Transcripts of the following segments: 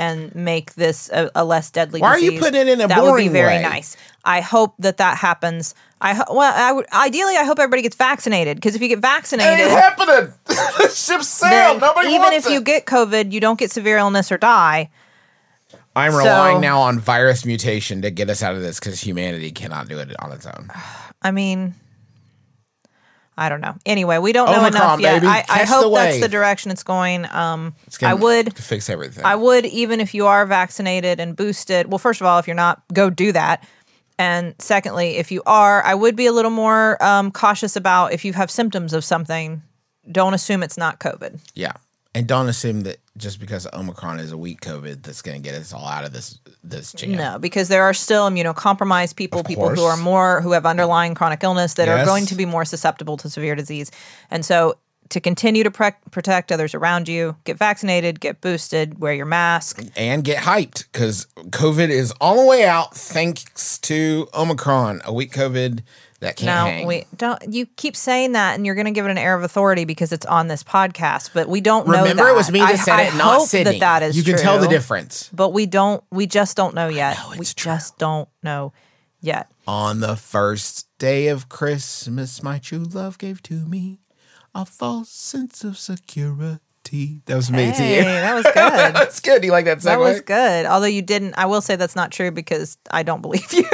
and make this a, a less deadly. Why are you disease. putting it in a That would boring be very way? nice. I hope that that happens. I ho- well, I would, ideally, I hope everybody gets vaccinated because if you get It ain't vaccinated, happening. the ship sailed. then Nobody even wants if you it. get COVID, you don't get severe illness or die. I'm so- relying now on virus mutation to get us out of this because humanity cannot do it on its own. I mean, I don't know. Anyway, we don't know Omicron, enough yet. baby. I, I Catch hope the that's wave. the direction it's going. Um, It's I gonna- would to fix everything. I would, even if you are vaccinated and boosted. Well, first of all, if you're not, go do that. And secondly, if you are, I would be a little more um, cautious about if you have symptoms of something, don't assume it's not COVID. Yeah. And don't assume that just because Omicron is a weak COVID, that's going to get us all out of this this jam. No, because there are still immunocompromised people, people who are course. more, who have underlying chronic illness that are Yes. going to be more susceptible to severe disease. And so to continue to prec protect others around you, get vaccinated, get boosted, wear your mask. and get hyped because COVID is on the way out thanks to Omicron, a weak COVID that can't No, hang. we don't. You keep saying that, and you're going to give it an air of authority because it's on this podcast. But we don't know. Remember, it was that. me that I- said I it, not hope Sydney. That that is. you can tell the true, difference. But we don't. We just don't know yet. know, we it's true. just don't know yet. On the first day of Christmas, my true love gave to me a false sense of security. That was me Hey, to you. that was good. That's good. You like that segue? That was good. Although you didn't, I will say that's not true because I don't believe you.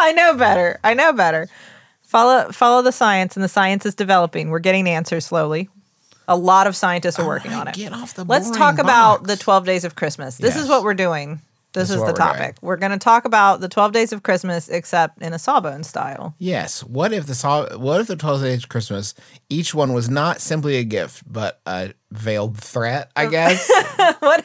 I know better. I know better. Follow follow the science, and the science is developing. We're getting answers slowly. A lot of scientists are working right, on it. get off the Let's boring talk about box. the twelve days of Christmas. This Yes. is what we're doing. This This is is what the we're doing. topic. We're going to talk about the twelve days of Christmas, except in a sawbone style. Yes. What if the sol- what if the twelve days of Christmas, each one was not simply a gift, but a veiled threat, Oh. I guess? what?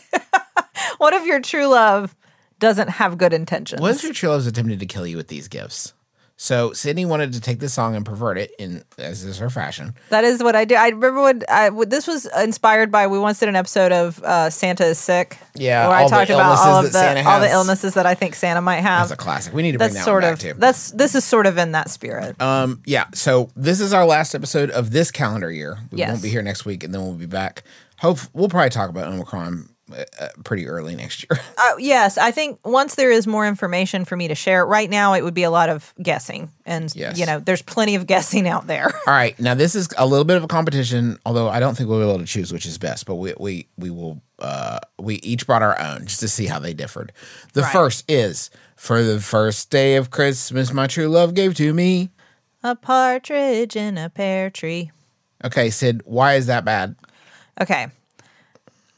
what if your true love doesn't have good intentions? What if your true love's attempted to kill you with these gifts? So Sydney wanted to take this song and pervert it in as is her fashion. That is what I do. I remember when I w- this was inspired by. We once did an episode of uh, Santa is sick. Yeah, where all I the talked about all of illnesses the that Santa all the has. illnesses that I think Santa might have. That's a classic. We need to bring That's that sort one of back too. that's this is sort of in that spirit. Um, yeah. So this is our last episode of this calendar year. We Yes. won't be here next week, and then we'll be back. Hope we'll probably talk about Omicron uh, uh, pretty early next year. Uh, yes, I think once there is more information for me to share. Right now, it would be a lot of guessing, and Yes. you know, there's plenty of guessing out there. All right. Now this is a little bit of a competition, although I don't think we'll be able to choose which is best. But we we we will uh, we each brought our own just to see how they differed. The Right. first is for the first day of Christmas, my true love gave to me. a partridge in a pear tree. Okay, Sid, why is that bad? Okay.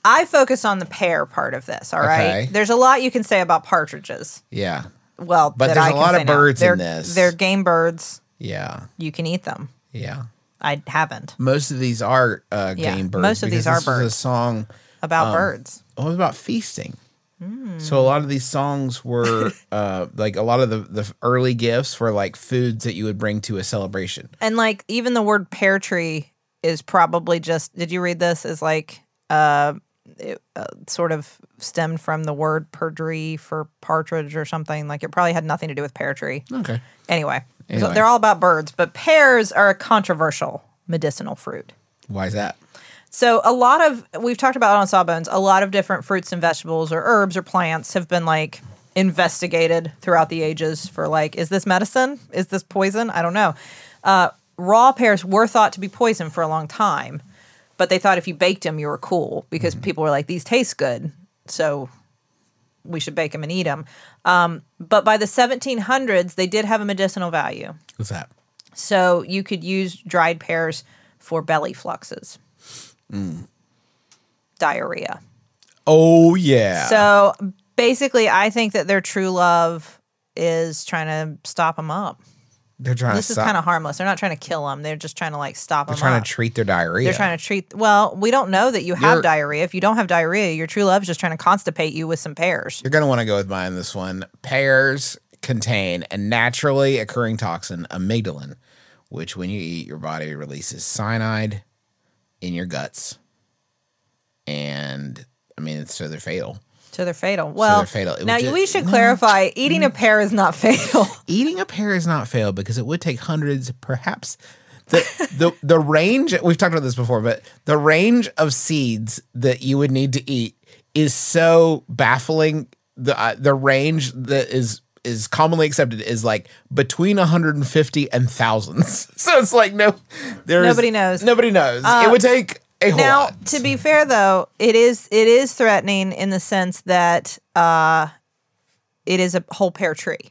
I focus on the pear part of this. All right. Okay. There's a lot you can say about partridges. Yeah, Well, But that there's I a can lot of say now. birds in they're, this. They're game birds. yeah, You can eat them. yeah. I haven't Most of these are uh, Yeah, game birds. most of these because are this was birds. a song. about birds. Oh, it was about feasting. Hmm. So a lot of these songs were uh, like a lot of the, the early gifts were like foods that you would bring to a celebration. And like even the word pear tree is probably just. Did you read this? Is like uh, it, uh, sort of stemmed from the word perdrix for partridge or something. Like it probably had nothing to do with pear tree. Okay. Anyway, Anyway. So they're all about birds, but pears are a controversial medicinal fruit. Why is that? So a lot of we've talked about it on Sawbones, a lot of different fruits and vegetables or herbs or plants have been like investigated throughout the ages for like, is this medicine? Is this poison? I don't know. Uh, raw pears were thought to be poison for a long time, but they thought if you baked them, you were cool because people were like, these taste good, so we should bake them and eat them. Um, but by the 1700s, they did have a medicinal value. What's that? So you could use dried pears for belly fluxes, diarrhea. Oh yeah. So basically, I think that their true love is trying to stop them up. they're trying This to is stop, kind of harmless. They're not trying to kill them. They're just trying to like stop they're them trying up. to treat their diarrhea. they're trying to treat. Well, we don't know that you have You're- diarrhea. If you don't have diarrhea, your true love's just trying to constipate you with some pears. You're gonna want to go with mine. This one pears contain a naturally occurring toxin, amygdalin, which when you eat, your body releases cyanide in your guts, and I mean, it's so they're fatal. So they're fatal. Well, fatal. It would now ju- Mm. we should no. clarify: eating a pear is not fatal. eating a pear is not fail because it would take hundreds, perhaps. The, the the range we've talked about this before, but the range of seeds that you would need to eat is so baffling. The uh, the range that is is commonly accepted is like between 150 and thousands. So it's like no, there's Nobody knows. Um, Nobody knows. it would take a whole now lot. to be fair though it is it is threatening in the sense that uh it is a whole pear tree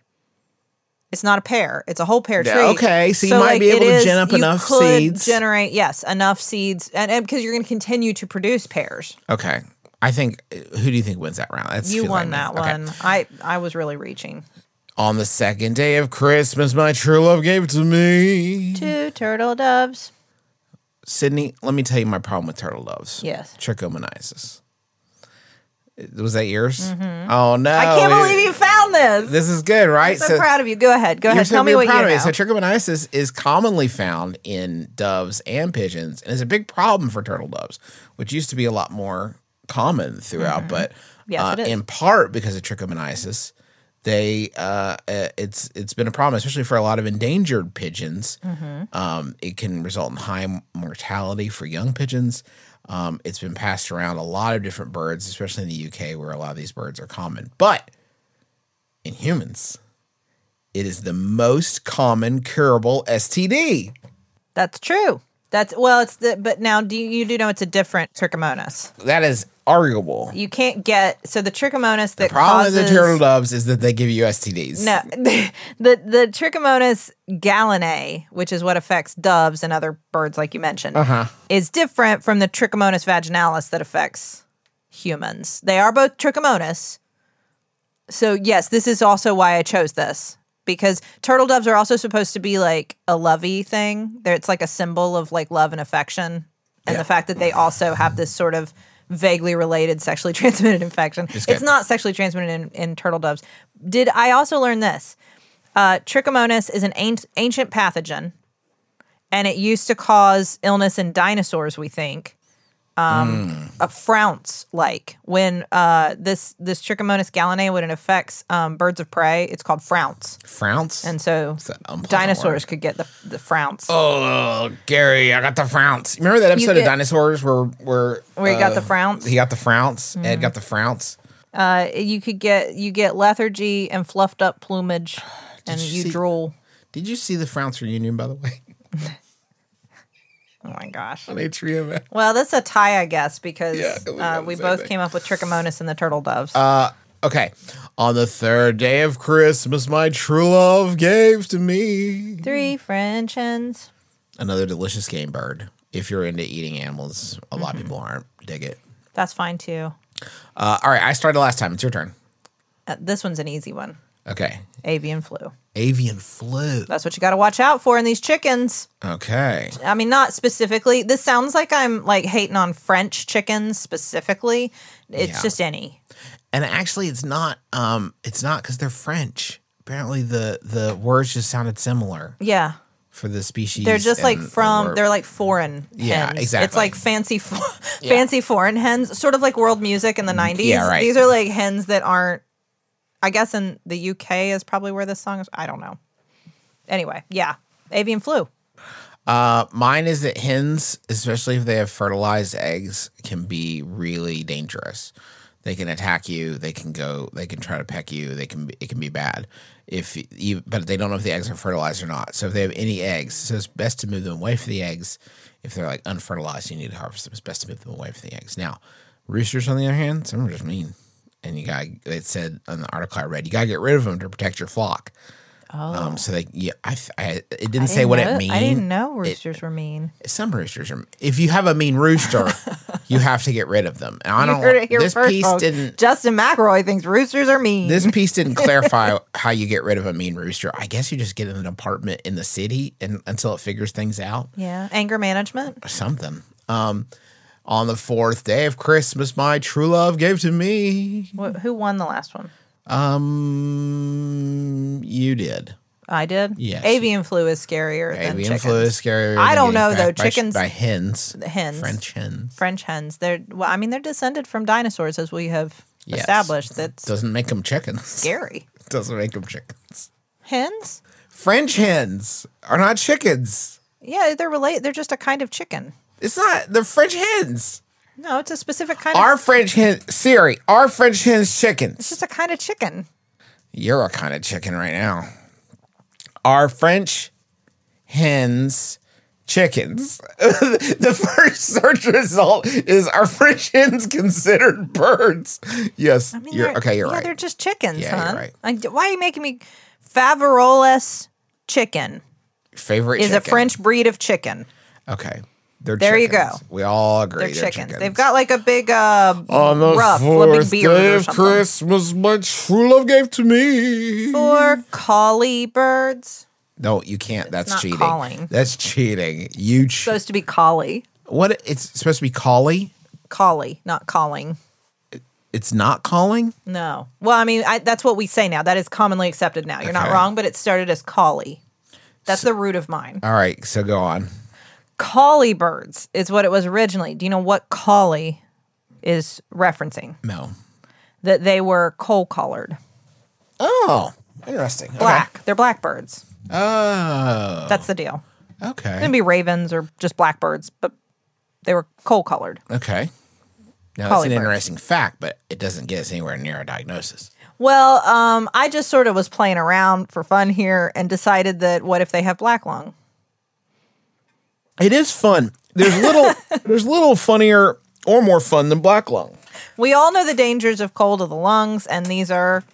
it's not a pear it's a whole pear tree Yeah, okay, so you might be it able to gen up you enough could seeds. generate yes enough seeds and and because you're going to continue to produce pears Okay, I think uh, who do you think wins that round? That's you feeling won like- that okay. one i i was really reaching On the second day of Christmas, my true love gave to me. two turtle doves Sydney, let me tell you my problem with turtle doves. Yes. Trichomoniasis. Was that yours? Oh no! Mm-hmm. i can't believe you found this This is good, right? so, proud of you go ahead go You're ahead so tell me you're what you proud of know it. So trichomoniasis is commonly found in doves and pigeons, and it's a big problem for turtle doves, which used to be a lot more common throughout. But Mm-hmm. Yes, uh, it is. in part because of trichomoniasis, they uh, uh, it's it's been a problem, especially for a lot of endangered pigeons. Mm-hmm. Um, it can result in high mortality for young pigeons. Um, it's been passed around a lot of different birds, especially in the UK, where a lot of these birds are common. But in humans. It is the most common curable STD. That's true. That's well, it's the but now do you, you do know it's a different trichomonas. That is arguable. You can't get so the trichomonas that Problem causes with the turtle doves is that they give you STDs. no the the trichomonas gallinae, which is what affects doves and other birds, like you mentioned, uh-huh. is different from the trichomonas vaginalis that affects humans. They are both trichomonas. So yes, this is also why I chose this because turtle doves are also supposed to be like a lovey thing. They're, it's like a symbol of like love and affection, and the fact that they also have this sort of vaguely related sexually transmitted infection. It's, good. not sexually transmitted in, in turtle doves. Did I also learn this? Uh, Trichomonas is an ancient, ancient pathogen, and it used to cause illness in dinosaurs. We think a frounce like when uh, this this Trichomonas gallinae when it affects um, birds of prey, it's called frounce, Frounce. and so that unpleasant dinosaurs word? could get the the frounce Oh, Gary, I got the frounce. Remember that episode of get- Dinosaurs where where where he got the uh, frounce. Mm-hmm. He got the frounce. Ed got the frounce. Uh, you could get you get lethargy and fluffed up plumage, and you you see- drool. Did you see the frounce reunion by the way Oh my gosh. on HBMO? Well, that's a tie, I guess, because Yeah, it was Um, uh, about we the same both thing. came up with Trichomonas and the turtle doves. Okay. On the third day of Christmas, my true love gave to me Three French hens. another delicious game bird. If you're into eating animals, a lot of Mm-hmm. people aren't. Dig it. That's fine too. Uh, all right, I started last time. It's your turn. Uh, this one's an easy one. Okay. Avian flu. Avian flu. That's what you got to watch out for in these chickens. Okay. I mean, not specifically. This sounds like I'm like hating on French chickens specifically. It's Yeah. just any. And actually, it's not. Um, it's not because they're French. Apparently, the the words just sounded similar Yeah. for the species. They're just like and the from word. they're like foreign Yeah, hens. It's exactly. like fancy fo- fancy foreign hens, sort of like world music in the 90s. Mm, yeah, right. These are like hens that aren't I guess in the UK is probably where this song is. I don't know. Anyway, yeah. Avian flu. Uh, mine is that hens, especially if they have fertilized eggs, can be really dangerous. They can attack you. They can go. They can try to peck you. They can. Be, it can be bad. If you, but they don't know if the eggs are fertilized or not. So if they have any eggs, so it's best to move them away from the eggs. If they're like unfertilized, you need to harvest them. It's best to move them away from the eggs. Now, roosters on the other hand, some are just mean, and you got. It said on the article I read, you got to get rid of them to protect your flock. Oh. Um, so they, yeah, I, I it didn't, say Didn't what know- it means I didn't know roosters were mean. some roosters are. If you have a mean rooster, you have to get rid of them. And I You don't. heard it here this first, piece folks. didn't. Justin McElroy thinks roosters are mean. This piece didn't clarify how you get rid of a mean rooster. I guess you just get in an apartment in the city and until it figures things out yeah, anger management. or something. Um, on the fourth day of Christmas, my true love gave to me. Wh- who won the last one? Um, you did. I did. Yes. Avian flu is scarier than Avian chickens. flu is scarier. I than don't getting know, though. attacked by sh- Chickens- by hens, hens. French hens, French hens. They're well, I mean, they're descended from dinosaurs, as we have Yes. established. That's doesn't make them chickens. scary. Doesn't make them chickens. Hens? French hens are not chickens. Yeah, they're related. They're just a kind of chicken. It's not. They're French hens. No, it's a specific kind. Our of, French hen, Siri, our French hens it's chickens. just a kind of chicken. You're a kind of chicken right now. Our French hens chickens. the first search result is are French hens considered birds? Yes. I mean, you're they're- okay. You're yeah, They're right. just chickens, Yeah, huh? you're right. Like, d- why are you making me Faverolles chicken? Favorite Is chicken. a French breed of chicken. Okay. They're There you chickens. go. We all agree. They're chickens. They've got like a big uh, on the rough, fourth flipping beard day or of something. Christmas, my true love gave to me. Mm-hmm. Or collie birds. No, you can't. That's not cheating. calling. That's cheating. You che- Supposed to be collie. what? It's supposed to be collie. Collie, not calling. It's not calling. No. Well, I mean, I, that's what we say now. That is commonly accepted now. You're not Okay. wrong, but it started as collie. That's the root of mine. All right, so go on. collie birds is what it was originally. Do you know what collie is referencing? No. That they were coal collared. Oh, interesting. Black. They're blackbirds. Okay. Oh, That's the deal. It can okay. be ravens or just blackbirds, but they were coal colored. Okay. Now that's Collie an birds. interesting fact, but it doesn't get us anywhere near a diagnosis. Well, um, I just sort of was playing around for fun here and decided that what if they have black lung? It is fun. There's little there's little funnier or more fun than black lung. We all know the dangers of cold of the lungs, and these are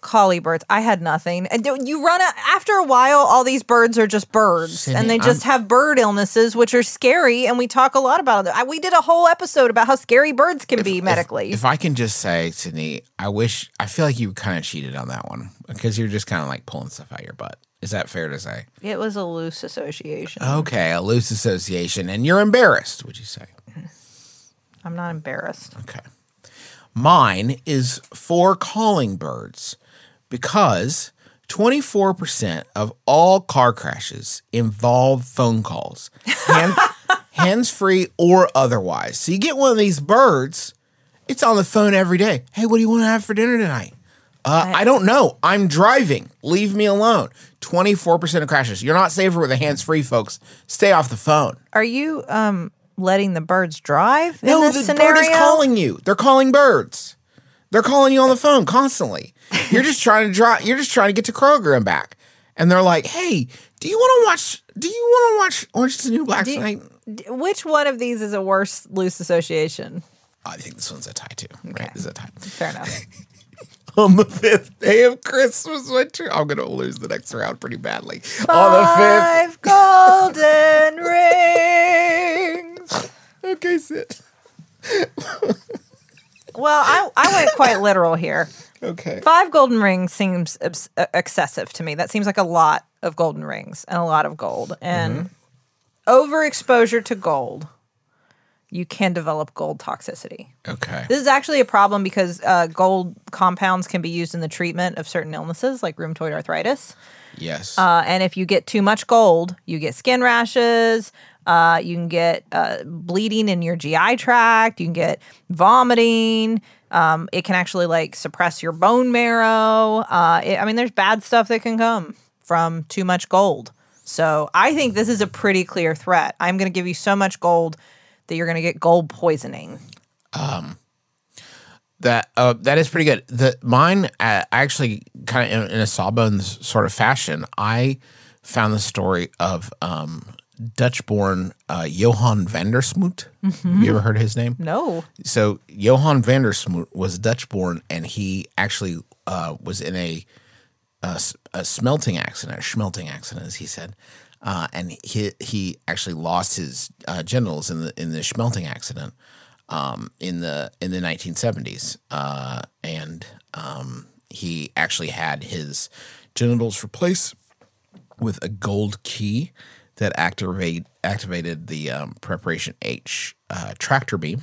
collie birds. I had nothing. And do- you run out, after a while, all these birds are just birds, Sydney, and they just have bird illnesses, which are scary. And we talk a lot about it. I- We did a whole episode about how scary birds can be medically. If I can just say, Sydney, I wish I feel like you kind of cheated on that one because you're just kind of like pulling stuff out of your butt. Is that fair to say? it was a loose association. Okay, a loose association, and you're embarrassed. Would you say? I'm not embarrassed. Okay. Mine is for calling birds because 24% of all car crashes involve phone calls, hand, hands free or otherwise. So you get one of these birds, it's on the phone every day. Hey, what do you want to have for dinner tonight? Uh, I don't know. I'm driving. Leave me alone. 24% of crashes. You're not safer with the hands free, folks. Stay off the phone. Are you um letting the birds drive? in No, this the scenario? bird is calling you. They're calling birds. They're calling you on the phone constantly. You're just trying to draw. You're just trying to get to Kroger and back. And they're like, "Hey, do you want to watch? Do you want to watch Orange is the New Black you- tonight?" D- Which one of these is a worse loose association? I think this one's a tie too. Right, this is a tie. Fair enough. On the fifth day of Christmas, winter, I'm gonna lose the next round pretty badly. On the Five golden rings. fifth, okay, sit. Well, I, I went quite literal here. Okay, Five golden rings seems obs- uh, excessive to me. That seems like a lot of golden rings and a lot of gold. And overexposure to gold, you can develop gold toxicity. okay. This is actually a problem because uh, gold compounds can be used in the treatment of certain illnesses like rheumatoid arthritis. Yes. Uh, and if you get too much gold, you get skin rashes. Uh, you can get uh, bleeding in your GI tract. You can get vomiting. Um, it can actually like suppress your bone marrow. Uh, it- I mean, there's bad stuff that can come from too much gold. So I think this is a pretty clear threat. I'm going to give you so much gold that you're going to get gold poisoning. That uh, that is pretty good. The mine uh, actually kind of in, in a sawbones sort of fashion. I found the story of um, Dutch-born uh, Johan Vandersmoot. Have you ever heard his name? No. So Johan Vandersmoot was Dutch-born, and he actually uh, was in a, a s- a smelting accident, or schmelting accident, as he said, uh, and he he actually lost his uh, genitals in the in the schmelting accident um, in the in the 1970s, uh, and um, he actually had his genitals replaced with a gold key that activate activated the um, preparation H uh, tractor beam,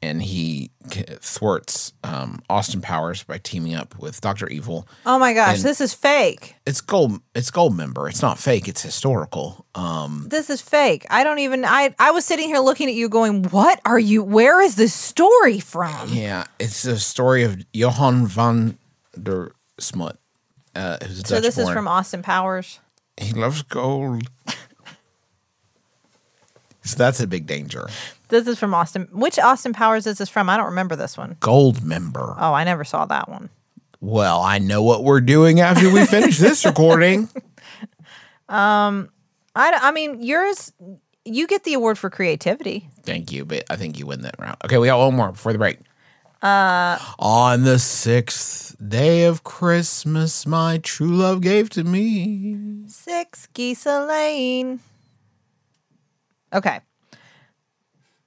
and he c- thwarts um, Austin Powers by teaming up with Doctor Evil. Oh my gosh, And- this is fake. It's gold. It's gold member. It's not fake. It's historical. Um, This is fake. I don't even I I was sitting here looking at you going, "What are you where is this story from?" yeah, it's the story of Johan van der Smut, uh, who's a So Dutch this is from Austin Powers. He loves gold. so that's a big danger. This is from Austin. Which Austin Powers is this from? I don't remember this one. Gold member. Oh, I never saw that one. Well, I know what we're doing after we finish this recording. I, d- I mean, yours you get the award for creativity. Thank you, but I think you win that round. Okay, we got one more before the break. Uh, On the sixth day of Christmas, my true love gave to me. Six geese a lane. Okay.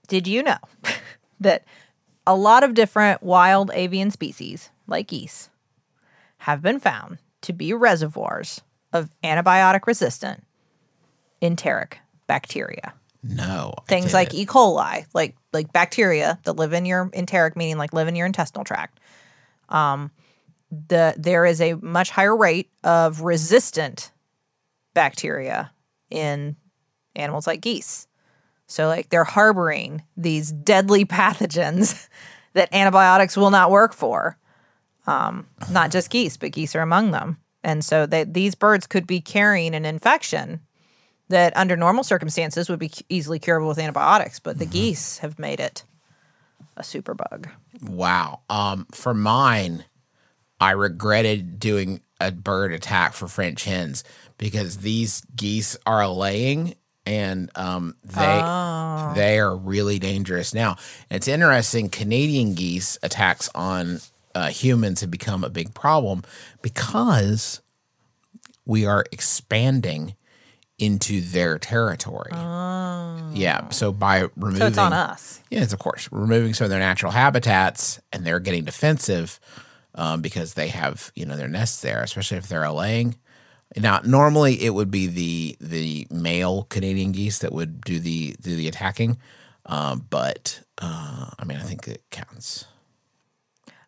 Did you know that a lot of different wild avian species, like geese, have been found to be reservoirs of antibiotic resistant enteric bacteria? No. I Things like didn't. E. coli, like like bacteria that live in your enteric, meaning like live in your intestinal tract. Um, the there is a much higher rate of resistant bacteria in animals like geese. So like they're harboring these deadly pathogens that antibiotics will not work for. Um, not just geese, but geese are among them. And so they, these birds could be carrying an infection that under normal circumstances would be cu- easily curable with antibiotics, but the geese have made it a superbug. Wow. Um, for mine, I regretted doing a bird attack for French hens because these geese are laying and um, they Oh. they are really dangerous now. It's interesting. Canadian geese attacks on uh, humans have become a big problem because we are expanding into their territory. Yeah. So by removing Oh. So it's on us. Yes, of course. Removing some of their natural habitats, and they're getting defensive um, because they have you know their nests there, especially if they're laying. Now, normally it would be the the male Canadian geese that would do the do the attacking, um, but uh, I mean I think it counts.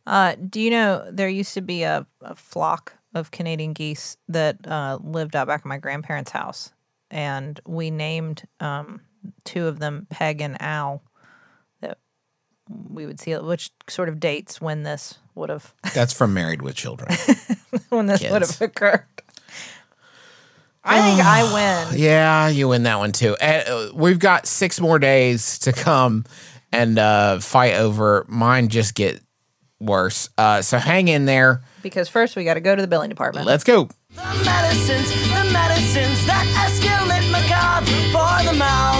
Uh, do you know there used to be a, a flock of Canadian geese that uh, lived out back at my grandparents' house, and we named um, two of them Peg and Al. That we would see, which sort of dates when this would have That's from Married with Children. when this would Kids. have occurred. I think I win. yeah, you win that one too. And, uh, we've got six more days to come and uh, fight over. Mine just get worse. Uh, so hang in there. Because first we got to go to the billing department. Let's go. Oh, The medicines, the medicines that escalate macabre for the mouth.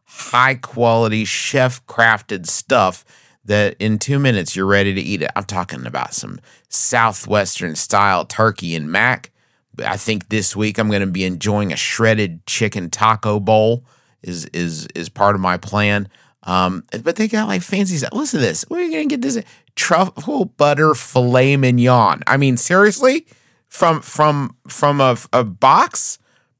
high quality, chef crafted stuff that in two minutes you're ready to eat it. I'm talking about some Southwestern style turkey and mac. But I think this week I'm going to be enjoying a shredded chicken taco bowl is is is part of my plan. Um, but they got like fancy stuff. Listen to this. Where are you going to get this truffle butter filet mignon? I mean, seriously, from from from a, a box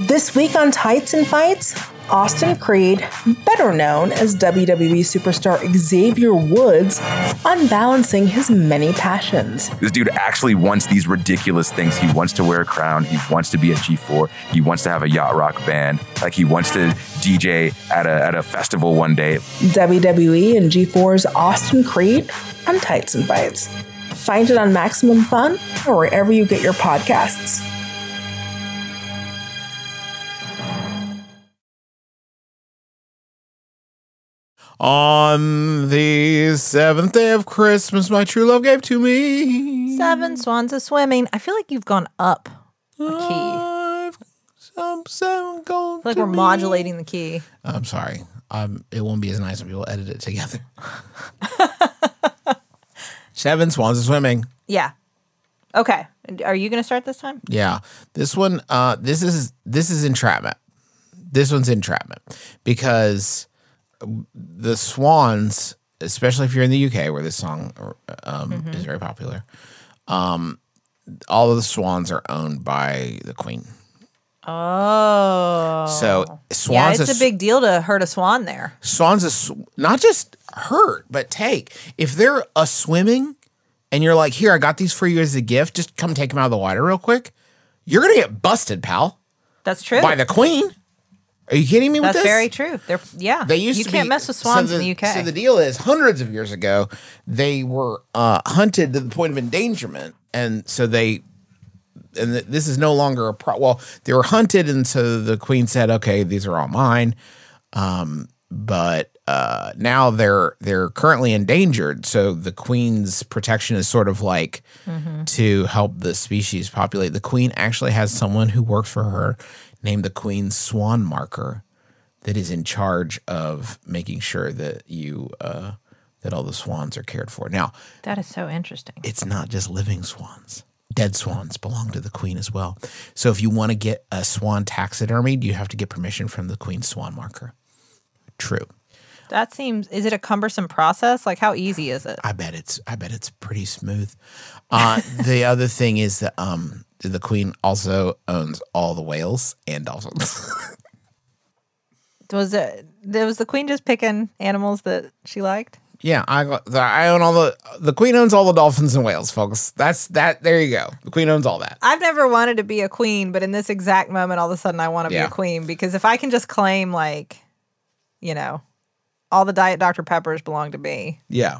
This week on Tights and Fights, Austin Creed, better known as WWE superstar Xavier Woods, unbalancing his many passions. This dude actually wants these ridiculous things. He wants to wear a crown. He wants to be a G4. He wants to have a yacht rock band. Like he wants to DJ at a, at a festival one day. E WWE and G4's Austin Creed on Tights and Fights. Find it on Maximum Fun or wherever you get your podcasts. On the seventh day of Christmas, my true love gave to me Seven swans a swimming. I feel like you've gone up a key. I've some seven gold. Like to we're me. modulating the key. I'm sorry. Um, it won't be as nice if we will edit it together. Seven swans are swimming. Yeah. Okay. Are you going to start this time? Yeah, this one. Uh, this is this is entrapment. This one's entrapment because the swans, especially if you're in the UK where this song um, Mm-hmm. is very popular, um, all of the swans are owned by the Queen. Oh. So yeah, swans, it's a are- big deal to hurt a swan there. swans is not just hurt but take if they're a swimming and you're like here i got these for you as a gift just come take them out of the water real quick you're gonna get busted pal That's true. by the queen are you kidding me with That's this very true. They're yeah. they used you to can't be- mess with so swans in the UK. So the deal is, hundreds of years ago, they were uh, hunted to the point of endangerment, and so they, and th- this is no longer a pro. Well, they were hunted, and so the queen said, "Okay, these are all mine," um, but uh, now they're they're currently endangered. So the queen's protection is sort of like Mm-hmm. to help the species populate. The queen actually has someone who works for her named the queen swan marker that is in charge of making sure that you uh, that all the swans are cared for. Now, that is so interesting. it's not just living swans. Dead swans belong to the queen as well. So if you want to get a swan taxidermy, you have to get permission from the queen's swan marker. True. That seems is it a cumbersome process? Like how easy is it? I bet it's I bet it's pretty smooth. Uh, the other thing is that um, the queen also owns all the whales and dolphins. Was it there was the queen just picking animals that she liked? Yeah, I got- the- I own all the the queen owns all the dolphins and whales, folks. That's that. There you go. The queen owns all that. I've never wanted to be a queen, but in this exact moment all of a sudden I want to Yeah. be a queen because if I can just claim like you know all the diet Dr Peppers belong to me. Yeah.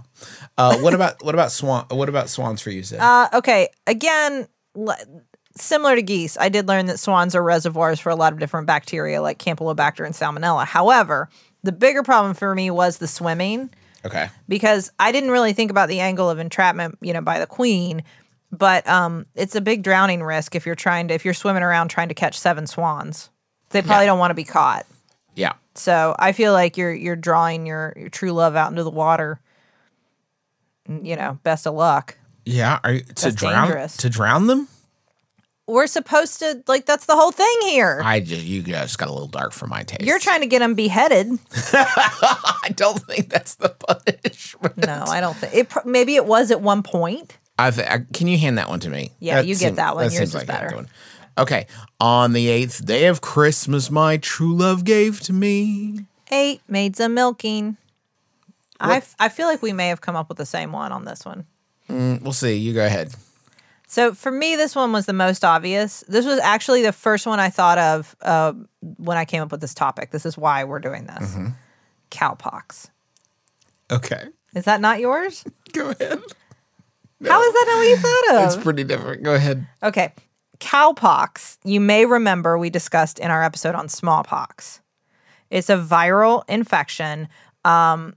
Uh, what about what about swan? What about swans for you, Sid? Uh, okay, again, le- similar to geese, I did learn that swans are reservoirs for a lot of different bacteria like Campylobacter and Salmonella. However, the bigger problem for me was the swimming okay. because I didn't really think about the angle of entrapment, you know, by the queen. But um, it's a big drowning risk if you're trying to if you're swimming around trying to catch seven swans. They probably don't want to be caught. Yeah. So I feel like you're you're drawing your your true love out into the water. You know, best of luck. Yeah. Are you, to That's drown dangerous. to drown them? We're supposed to like that's the whole thing here. I just you guys got a little dark for my taste. You're trying to get them beheaded. I don't think that's the punishment. No, I don't think it. pro- Maybe it was at one point. I've, I, can you hand that one to me? Yeah, you get that one. Yours is better. one. Okay. On the eighth day of Christmas, my true love gave to me. Eight maids a milking. I, f- I feel like we may have come up with the same one on this one. We'll see. You go ahead. So for me, this one was the most obvious. This was actually the first one I thought of uh, when I came up with this topic. This is why we're doing this. Cowpox. Okay. Is that not yours? Go ahead. How is that not what you thought of? It's pretty different. Go ahead. Okay. Cowpox, you may remember we discussed in our episode on smallpox. It's a viral infection um,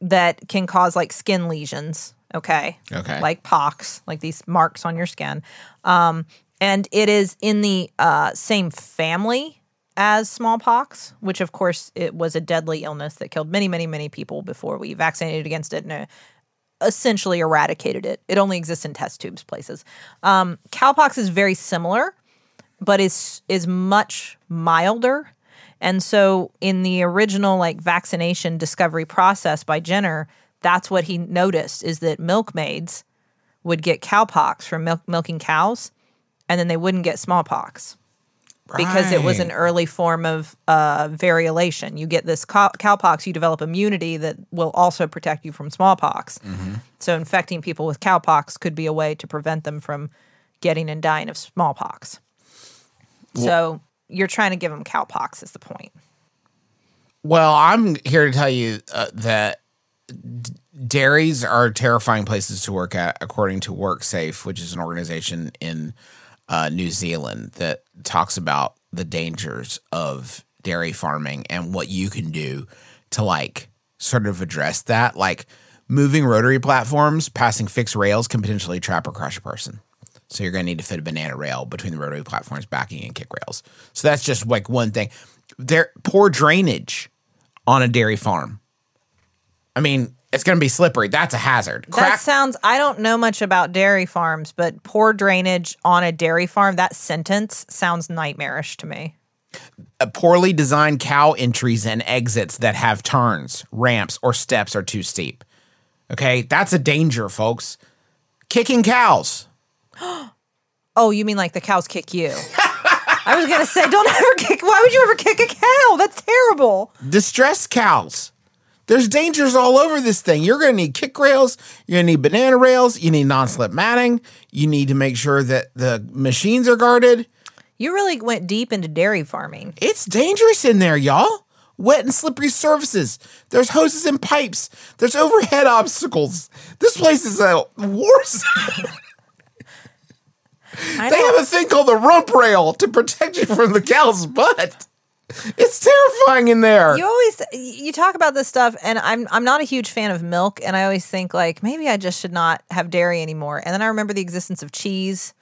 that can cause like skin lesions. Okay. Okay. Like pox, like these marks on your skin. Um, and it is in the uh, same family as smallpox, which of course it was a deadly illness that killed many, many, many people before we vaccinated against it and uh, essentially eradicated it. It only exists in test tubes places. Um, cowpox is very similar, but is is much milder. And so, in the original like vaccination discovery process by Jenner, that's what he noticed is that milkmaids would get cowpox from milk, milking cows, and then they wouldn't get smallpox because it was an Right. early form of uh, variolation. You get this cow- cowpox, you develop immunity that will also protect you from smallpox. So infecting people with cowpox could be a way to prevent them from getting and dying of smallpox. so you're trying to give them cowpox is the point. Well, I'm here to tell you uh, that d- dairies are terrifying places to work at, according to WorkSafe, which is an organization in uh, New Zealand that talks about the dangers of dairy farming and what you can do to like sort of address that. Like moving rotary platforms, passing fixed rails can potentially trap or crush a person. So you're going to need to fit a banana rail between the rotary platforms, backing and kick rails. So that's just like one thing. There, poor drainage on a dairy farm. I mean, it's going to be slippery. That's a hazard. That sounds. I don't know much about dairy farms, but poor drainage on a dairy farm. That sentence sounds nightmarish to me. uh, poorly designed cow entries and exits that have turns, ramps, or steps are too steep. Okay, that's a danger, folks. Kicking cows. Oh, you mean like the cows kick you? I was gonna say, don't ever kick. Why would you ever kick a cow? That's terrible. distress cows. There's dangers all over this thing. You're going to need kick rails. You're going to need banana rails. You need non slip matting. You need to make sure that the machines are guarded. You really went deep into dairy farming. It's dangerous in there, y'all. Wet and slippery surfaces. There's hoses and pipes. There's overhead obstacles. This place is a war zone. I They have don't- a thing called the rump rail to protect you from the cow's butt. It's terrifying in there. you always you talk about this stuff, and I'm I'm not a huge fan of milk, and I always think like maybe I just should not have dairy anymore. And then I remember the existence of cheese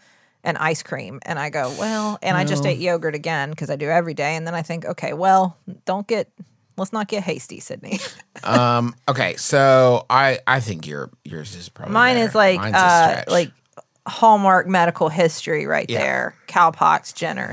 and ice cream, and I go well, and I just ate yogurt again because I do every day, and then I think okay, well, don't get let's not get hasty, Sydney. Um. Okay. So I I think your yours is probably Mine better. is like Mine's a uh, stretch. like hallmark medical history right there. Cowpox, Jenner,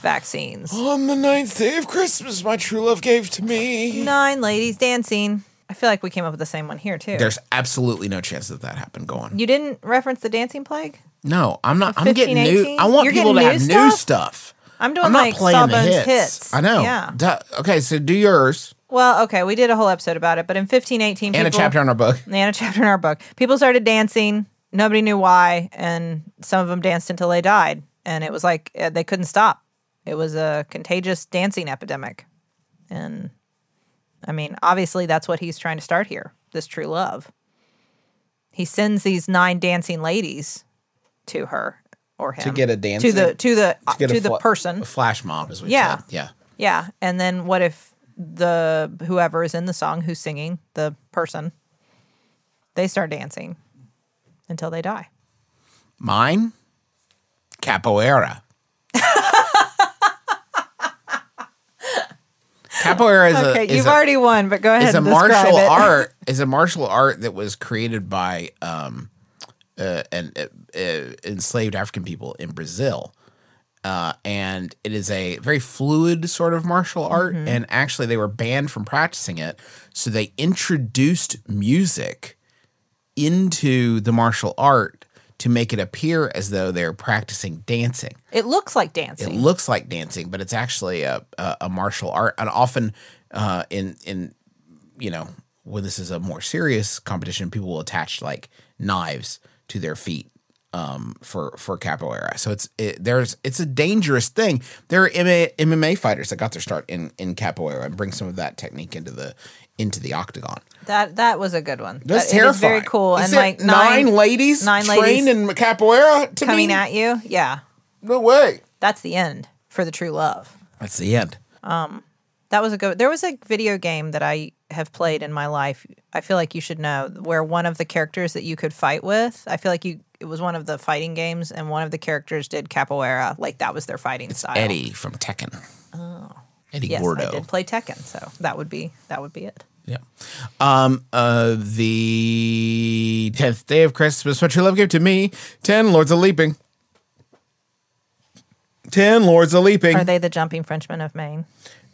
vaccines. on the ninth day of Christmas, my true love gave to me. Nine ladies dancing. I feel like we came up with the same one here too. There's absolutely no chance that that happened. Go on. you didn't reference the dancing plague? No, I'm not. I'm getting 15, new. 18? I want You're people to getting have new new stuff? stuff. I'm doing I'm not like playing the Sawbones hits. hits. I know. Yeah. Duh. okay, so do yours Well, okay, we did a whole episode about it, but in 1518 and a people- chapter on our book. and a chapter in our book. People started dancing. Nobody knew why, and some of them danced until they died, and it was like uh, they couldn't stop. It was a contagious dancing epidemic, and I mean, obviously, that's what he's trying to start here. This true love. He sends these nine dancing ladies to her or him To get a to dancing- the to the to, Get a the fla- person. a flash mob is what Yeah. you said. Yeah. Yeah, and then what if the whoever is in the song who's singing the person they start dancing until they die. Mine, capoeira. capoeira is a Okay, Uh, is you've a- already won, but go ahead. is a and describe martial it. art is a martial art that was created by um uh, and uh, uh, enslaved African people in Brazil. Uh, and it is a very fluid sort of martial art, Mm-hmm. and actually they were banned from practicing it. So they introduced music into the martial art to make it appear as though they're practicing dancing. It looks like It dancing. looks like dancing, but it's actually a a, a martial art, and often uh, in in you know when this is a more serious competition, people will attach like knives to their feet um, for for capoeira. So it's it, there's it's a dangerous thing. There are MMA, MMA fighters that got their start in in capoeira and bring some of that technique into the into the octagon. that that was a good one. That's That- It is terrifying. very cool. Is and it like nine, ladies, nine trained ladies in capoeira to coming me? at you. Yeah, No way. that's the end for the true love. That's the end. That was a good. There was a video game that I have played in my life. I feel like you should know where one of the characters that you could fight with. I feel like you. It was one of the fighting games, and one of the characters did capoeira. Like that was their fighting style. Eddie from Tekken. Oh. Eddie Yes, Gordo. I did play Tekken, so that would be that would be it. Yeah. Um, uh, the 10th day of Christmas, what your love gave to me, 10 lords a leaping. 10 lords a leaping. Are they the jumping Frenchmen of Maine?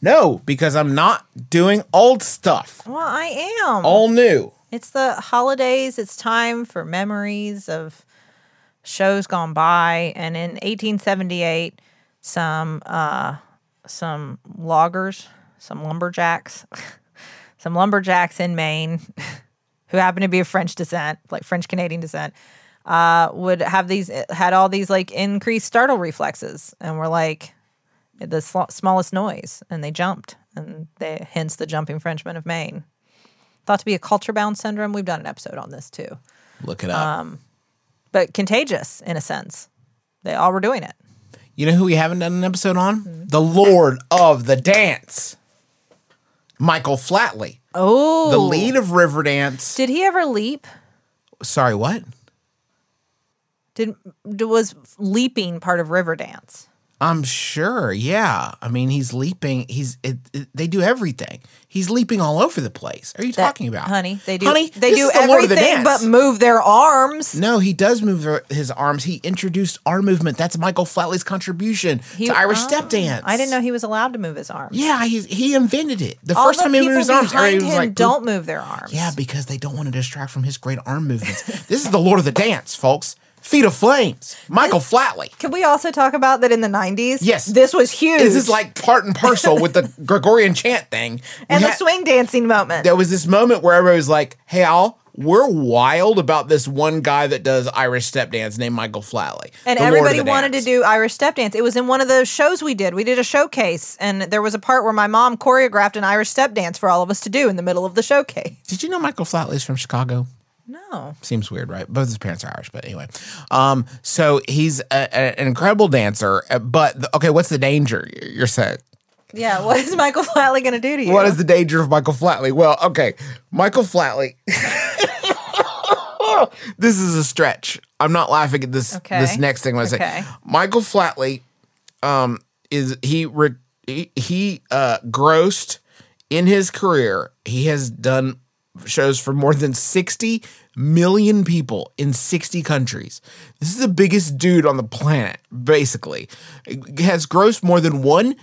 no, because I'm not doing old stuff. Well, I am. All new. It's the holidays. It's time for memories of shows gone by. And in 1878, some uh, some loggers, some lumberjacks, some lumberjacks in Maine who happened to be of French descent, like French Canadian descent, uh, would have these had all these like increased startle reflexes, and were like the sl- smallest noise, and they jumped, and they hence the jumping Frenchman of Maine. thought to be a culture bound syndrome. We've done an episode on this too, Look it up. Um, but contagious in a sense. They all were doing it. you know who we haven't done an episode on? The Lord of the Dance, Michael Flatley, Oh, the lead of Riverdance. Did he ever leap? Sorry, what? Did, d- was leaping part of Riverdance? I'm sure. Yeah. I mean, he's leaping. He's it, it- they do everything. He's leaping all over the place. Are you That- talking about, honey? They do. Honey, they this do is the everything Lord of the Dance. but move their arms. No, he does move her- his arms. He introduced arm movement. That's Michael Flatley's contribution He- to Irish oh, step dance. I didn't know he was allowed to move his arms. Yeah, he he invented it. The All first the time he people moved his arms, behind everybody him was like, don't move their arms. Yeah, because they don't want to distract from his great arm movements. this is the Lord of the Dance, folks. Feet of Flames, Michael Flatley. Can we also talk about that in the 90s? Yes. This was huge. This is like part and parcel with the Gregorian chant thing. We and the had- swing dancing moment. there was this moment where everybody was like, "Hey, all, we're wild about this one guy that does Irish step dance named Michael Flatley." and the Lord of everybody the wanted to Dance. do Irish step dance. It was in one of those shows we did. We did a showcase, and there was a part where my mom choreographed an Irish step dance for all of us to do in the middle of the showcase. Did you know Michael Flatley's from Chicago? No. Seems weird, right? Both his parents are Irish, but anyway. Um, so he's a, a- an incredible dancer, uh, but the, okay, what's the danger? You're saying Yeah. What is Michael Flatley going to do to you? what is the danger of Michael Flatley? Well, okay, Michael Flatley. this is a stretch. I'm not laughing at this. Okay. This next thing I'm gonna Okay. say, Michael Flatley, um, is he re- he, he uh grossed in his career. He has done shows for more than 60 million people in 60 countries. This is the biggest dude on the planet, basically. He has grossed more than 1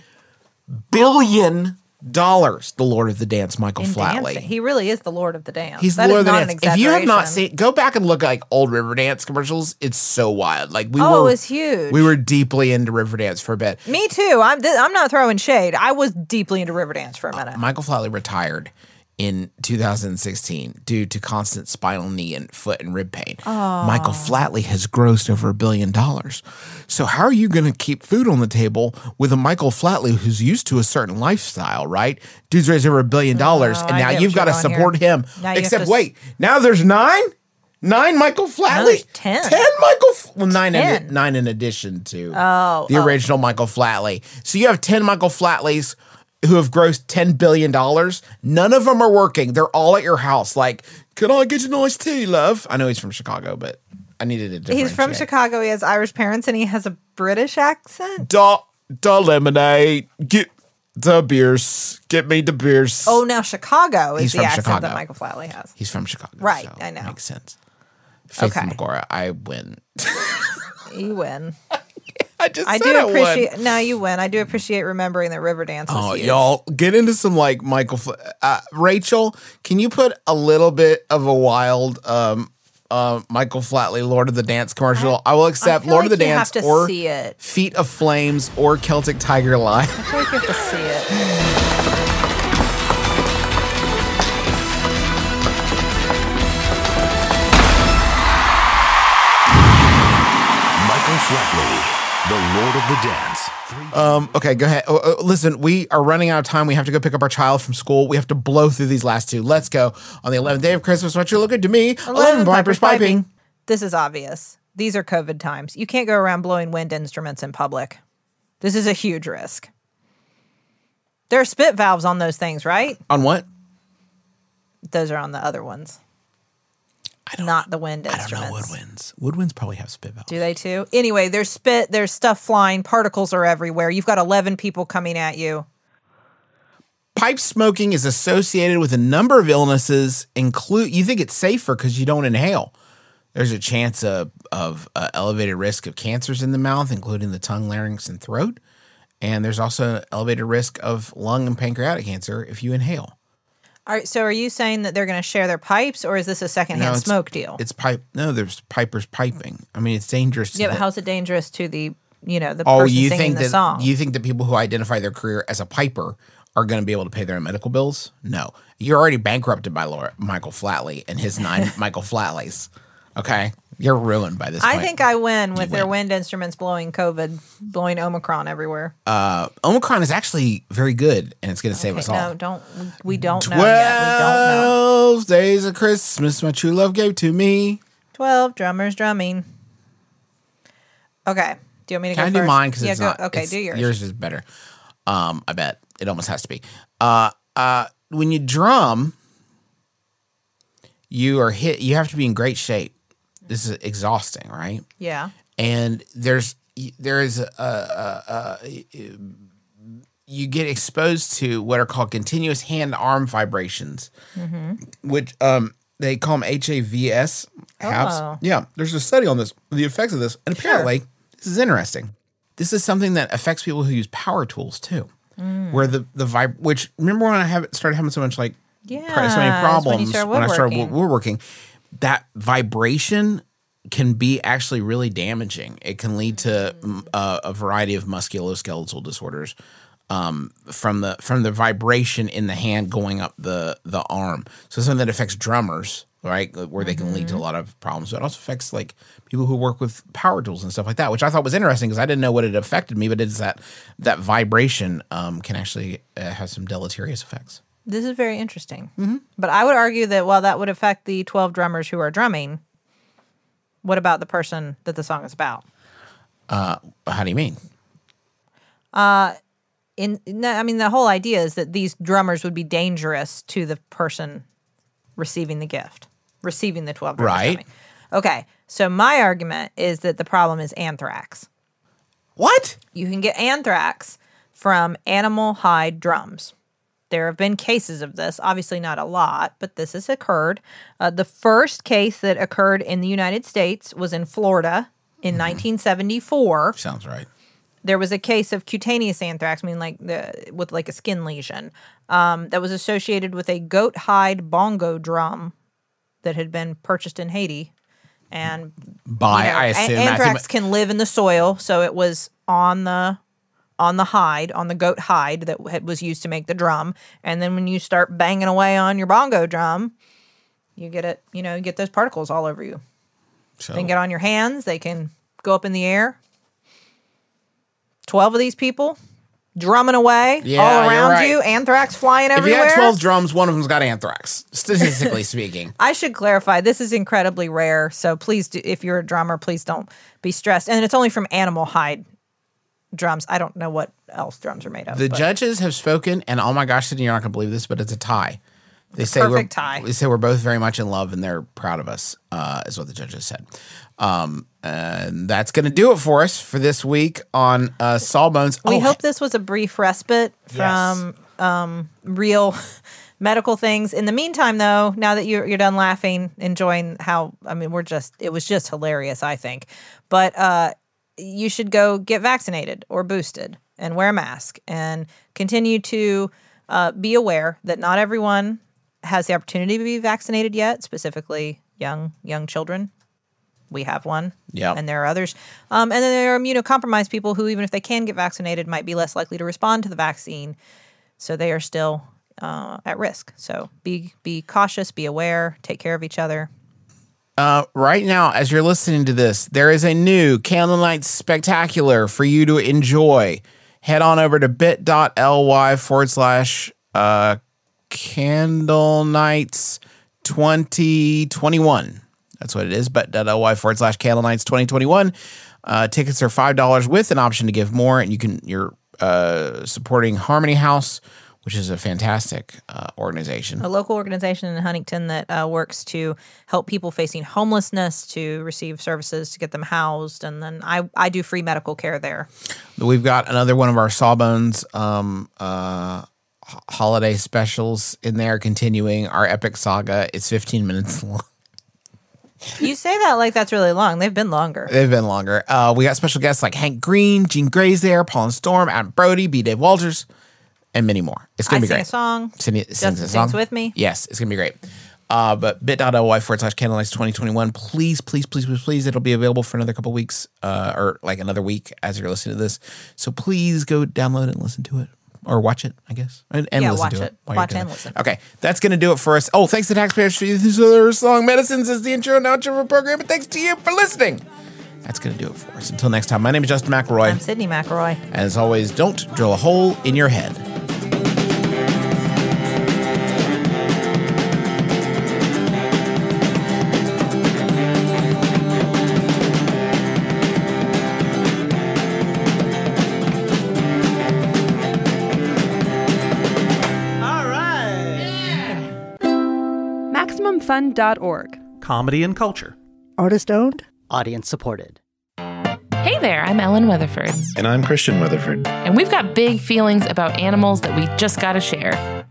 billion dollars. The Lord of the Dance, Michael in Flatley. dancing? He really is the Lord of the dance. He's That the Lord is of the not Dance. an If you have not exaggeration. seen, go back and look at like old Riverdance commercials. It's so wild. Like we Oh, were, it's huge. We were deeply into Riverdance for a bit. Me too. I'm, th- I'm not throwing shade. I was deeply into Riverdance for a minute. Michael Flatley retired in 2016 due to constant spinal knee and foot and rib pain. Michael Flatley has grossed over a billion dollars. So how are you going to keep food on the table with a Michael Flatley who's used to a certain lifestyle, right? Dude's raised over a billion dollars I and now get what you've got to you're going support here. him. Now you have Except to s- wait, now there's 9 Nine Michael there's Flatley, 10. ten Michael, F- well nine, in, Ten. Oh, nine in addition to the original Michael Flatley. So you have 10 Michael Flatleys who have grossed $10 billion. None of them are working. They're all at your house. Like, can I get you an iced tea, love? I know he's from Chicago, but I needed a different He's from Chicago. He has Irish parents and he has a British accent. Da, da lemonade. Get the beers. Get me the beers. Oh, now Chicago is He's the from accent Chicago. that Michael Flatley has. He's from Chicago. Right, so I know. Makes sense. Faith Okay. Magora, I win. You win. I just I said do won. appreciate. No, you win. I do appreciate remembering that Riverdance. Was Oh, huge. y'all get into some like Michael. Fl- Uh, Rachel, can you put a little bit of a wild um, uh, Michael Flatley Lord of the Dance commercial? I, will accept feel Lord of the like you have Dance to or see it. Feet of Flames or Celtic Tiger Live. I feel like you have to see it. Michael Flatley, the Lord of the Dance. Um, okay, go ahead. Oh, oh, listen, we are running out of time. We have to go pick up our child from school. We have to blow through these last two. Let's go on the eleventh day of Christmas. What you looking to me? Eleven pipers piping. This is obvious. These are COVID times. You can't go around blowing wind instruments in public. This is a huge risk. There are spit valves on those things, right? On what? Those are on the other ones. Not the wind I don't know. instruments. Woodwinds. Woodwinds probably have spit valves. Do they too? Anyway, there's spit, there's stuff flying, particles are everywhere. You've got 11 people coming at you. pipe smoking is associated with a number of illnesses. Include you think it's safer because you don't inhale. There's a chance of, of uh, elevated risk of cancers in the mouth, including the tongue, larynx, and throat. And there's also an elevated risk of lung and pancreatic cancer if you inhale. All right, so are you saying that they're going to share their pipes or is this a secondhand it's- smoke deal? It's pipe. No, there's pipers piping. I mean, it's dangerous. to Yeah, but the- how's it dangerous to the, you know, the oh, person you singing think the that song? you think that people who identify their career as a piper are going to be able to pay their own medical bills? No, you're already bankrupted by Laura, Michael Flatley and his nine Michael Flatleys. Okay, You're ruined by this. I point. think I win with their wind instruments blowing COVID, blowing Omicron everywhere. uh, Omicron is actually very good, and it's going to save us all. no, don't. we- We don't know yet. We don't know. Twelve days of Christmas, my true love gave to me. 12 drummers drumming. Okay. Do you want me to Can I go do first? mine? Because yeah, it's go, not. Okay, it's- do yours. Yours is better. Um, I bet it almost has to be. Uh, uh, when you drum, you are hit. You have to be in great shape. This is exhausting, right? Yeah. and there's there is a, a, a- you get exposed to what are called continuous hand arm vibrations, Mm-hmm. which um they call them HAVS. Haps. Oh. Yeah, there's a study on this, the effects of this, and apparently this is interesting. This is something that affects people who use power tools too, Mm. where the the vib. Which remember when I have started having so much like pr- so many Yes, when you problems start when I started wo- woodworking. woodworking, that vibration can be actually really damaging. It can lead to mm, uh, a variety of musculoskeletal disorders um, from the from the vibration in the hand going up the the arm. So something that affects drummers, right, uh, where they can lead to a lot of problems. But it also affects like people who work with power tools and stuff like that, which I thought was interesting because I didn't know what it affected me, but it's that that vibration um, can actually uh, have some deleterious effects. This is very interesting. Mm-hmm. But I would argue that while that would affect the 12 drummers who are drumming, what about the person that the song is about? How do you mean? In, no, I mean, the whole idea is that these drummers would be dangerous to the person receiving the gift, receiving the 12 drummers. Right. drumming. Okay. So my argument is that the problem is anthrax. What? You can get anthrax from animal hide drums. There have been cases of this, obviously not a lot, but this has occurred. Uh, the first case that occurred in the United States was in Florida in 1974. Sounds right. There was a case of cutaneous anthrax, I mean, like the, with like a skin lesion, um, that was associated with a goat hide bongo drum that had been purchased in Haiti and By know, I a- assume anthrax I think, can live in the soil, so it was on the on the hide, on the goat hide that had- was used to make the drum. And then when you start banging away on your bongo drum, you get it. You know, you get those particles all over you. so. They Oh. can get on your hands. They can go up in the air. Twelve of these people drumming away Yeah, all you're around right. you. Anthrax flying If you everywhere. had twelve drums, one of them's got anthrax. Statistically speaking, I should clarify this is incredibly rare, so please do if you're a drummer, please don't be stressed. And it's only from animal hide drums. I don't know what else drums are made of. the but- judges have spoken, and oh my gosh, Sydney, you're not gonna believe this, but it's a tie. They say we're perfect tie. They say we're both very much in love, and they're proud of us, uh, is what the judges said. Um, and that's gonna do it for us for this week on uh, Sawbones. we Oh, hope this was a brief respite from um, real medical things. In the meantime, though, now that you're you're done laughing, enjoying how I mean, we're just it was just hilarious. I think, but uh, you should go get vaccinated or boosted and wear a mask and continue to uh, be aware that not everyone has the opportunity to be vaccinated yet. Specifically, young young children. We have one. Yep. And there are others. Um, and then there are immunocompromised people who, even if they can get vaccinated, might be less likely to respond to the vaccine. So they are still uh, at risk. So be be cautious, be aware, take care of each other. Uh, right now, as you're listening to this, there is a new Candlelight Spectacular for you to enjoy. Head on over to bit.ly forward slash uh, Candle Nights 2021. That's what it is, bit.ly forward slash Candle Nights 2021. Uh, tickets are $5 with an option to give more, and you can, you're uh, supporting Harmony House, which is a fantastic uh, organization. A local organization in Huntington that uh, works to help people facing homelessness to receive services to get them housed, and then I I do free medical care there. We've got another one of our Sawbones um, uh, h- holiday specials in there, continuing our epic saga. It's 15 minutes long. You say that like that's really long. They've been longer. They've been longer. Uh, we got special guests like Hank Green, Gene Gray's there, Paul and Storm, Adam Brody, B. Dave Walters, and many more. It's I going to be sing great. a song. Sing it- sings Justin a song. sings with me. Yes, it's gonna be great. Uh, but bit.ly forward slash candlelights 2021. Please, please, please, please, please. It'll be available for another couple weeks uh, or like another week as you're listening to this. So please go download it and listen to it. or watch it, I guess, and, and Yeah, listen watch to it. it. while you're Watch doing and it. listen. Okay, that's gonna do it for us. Oh, thanks to taxpayers for their song "Medicines" is the intro and outro of our program, and thanks to you for listening. That's gonna do it for us. Until next time, my name is Justin McElroy. I'm Sydney McElroy. As always, don't drill a hole in your head. All right. MaximumFun.org. comedy and culture. Artist owned? Audience supported. Hey there, I'm Ellen Weatherford, And I'm Christian Weatherford. and we've got big feelings about animals that we just gotta share.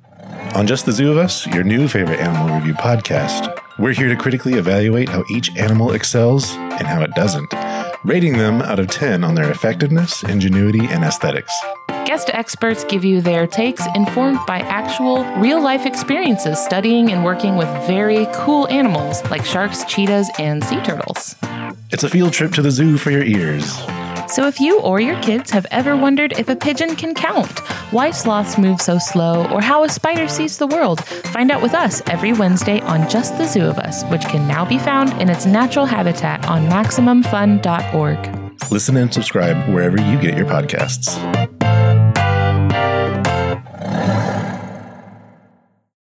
On Just the Zoo of Us, your new favorite animal review podcast, we're here to critically evaluate how each animal excels and how it doesn't, rating them out of 10 on their effectiveness, ingenuity, and aesthetics. Guest experts give you their takes informed by actual, real life experiences studying and working with very cool animals like sharks, cheetahs, and sea turtles. It's a field trip to the zoo for your ears. So, if you or your kids have ever wondered if a pigeon can count, why sloths move so slow, or how a spider sees the world, find out with us every Wednesday on Just the Zoo of Us, which can now be found in its natural habitat on MaximumFun.org. Listen and subscribe wherever you get your podcasts.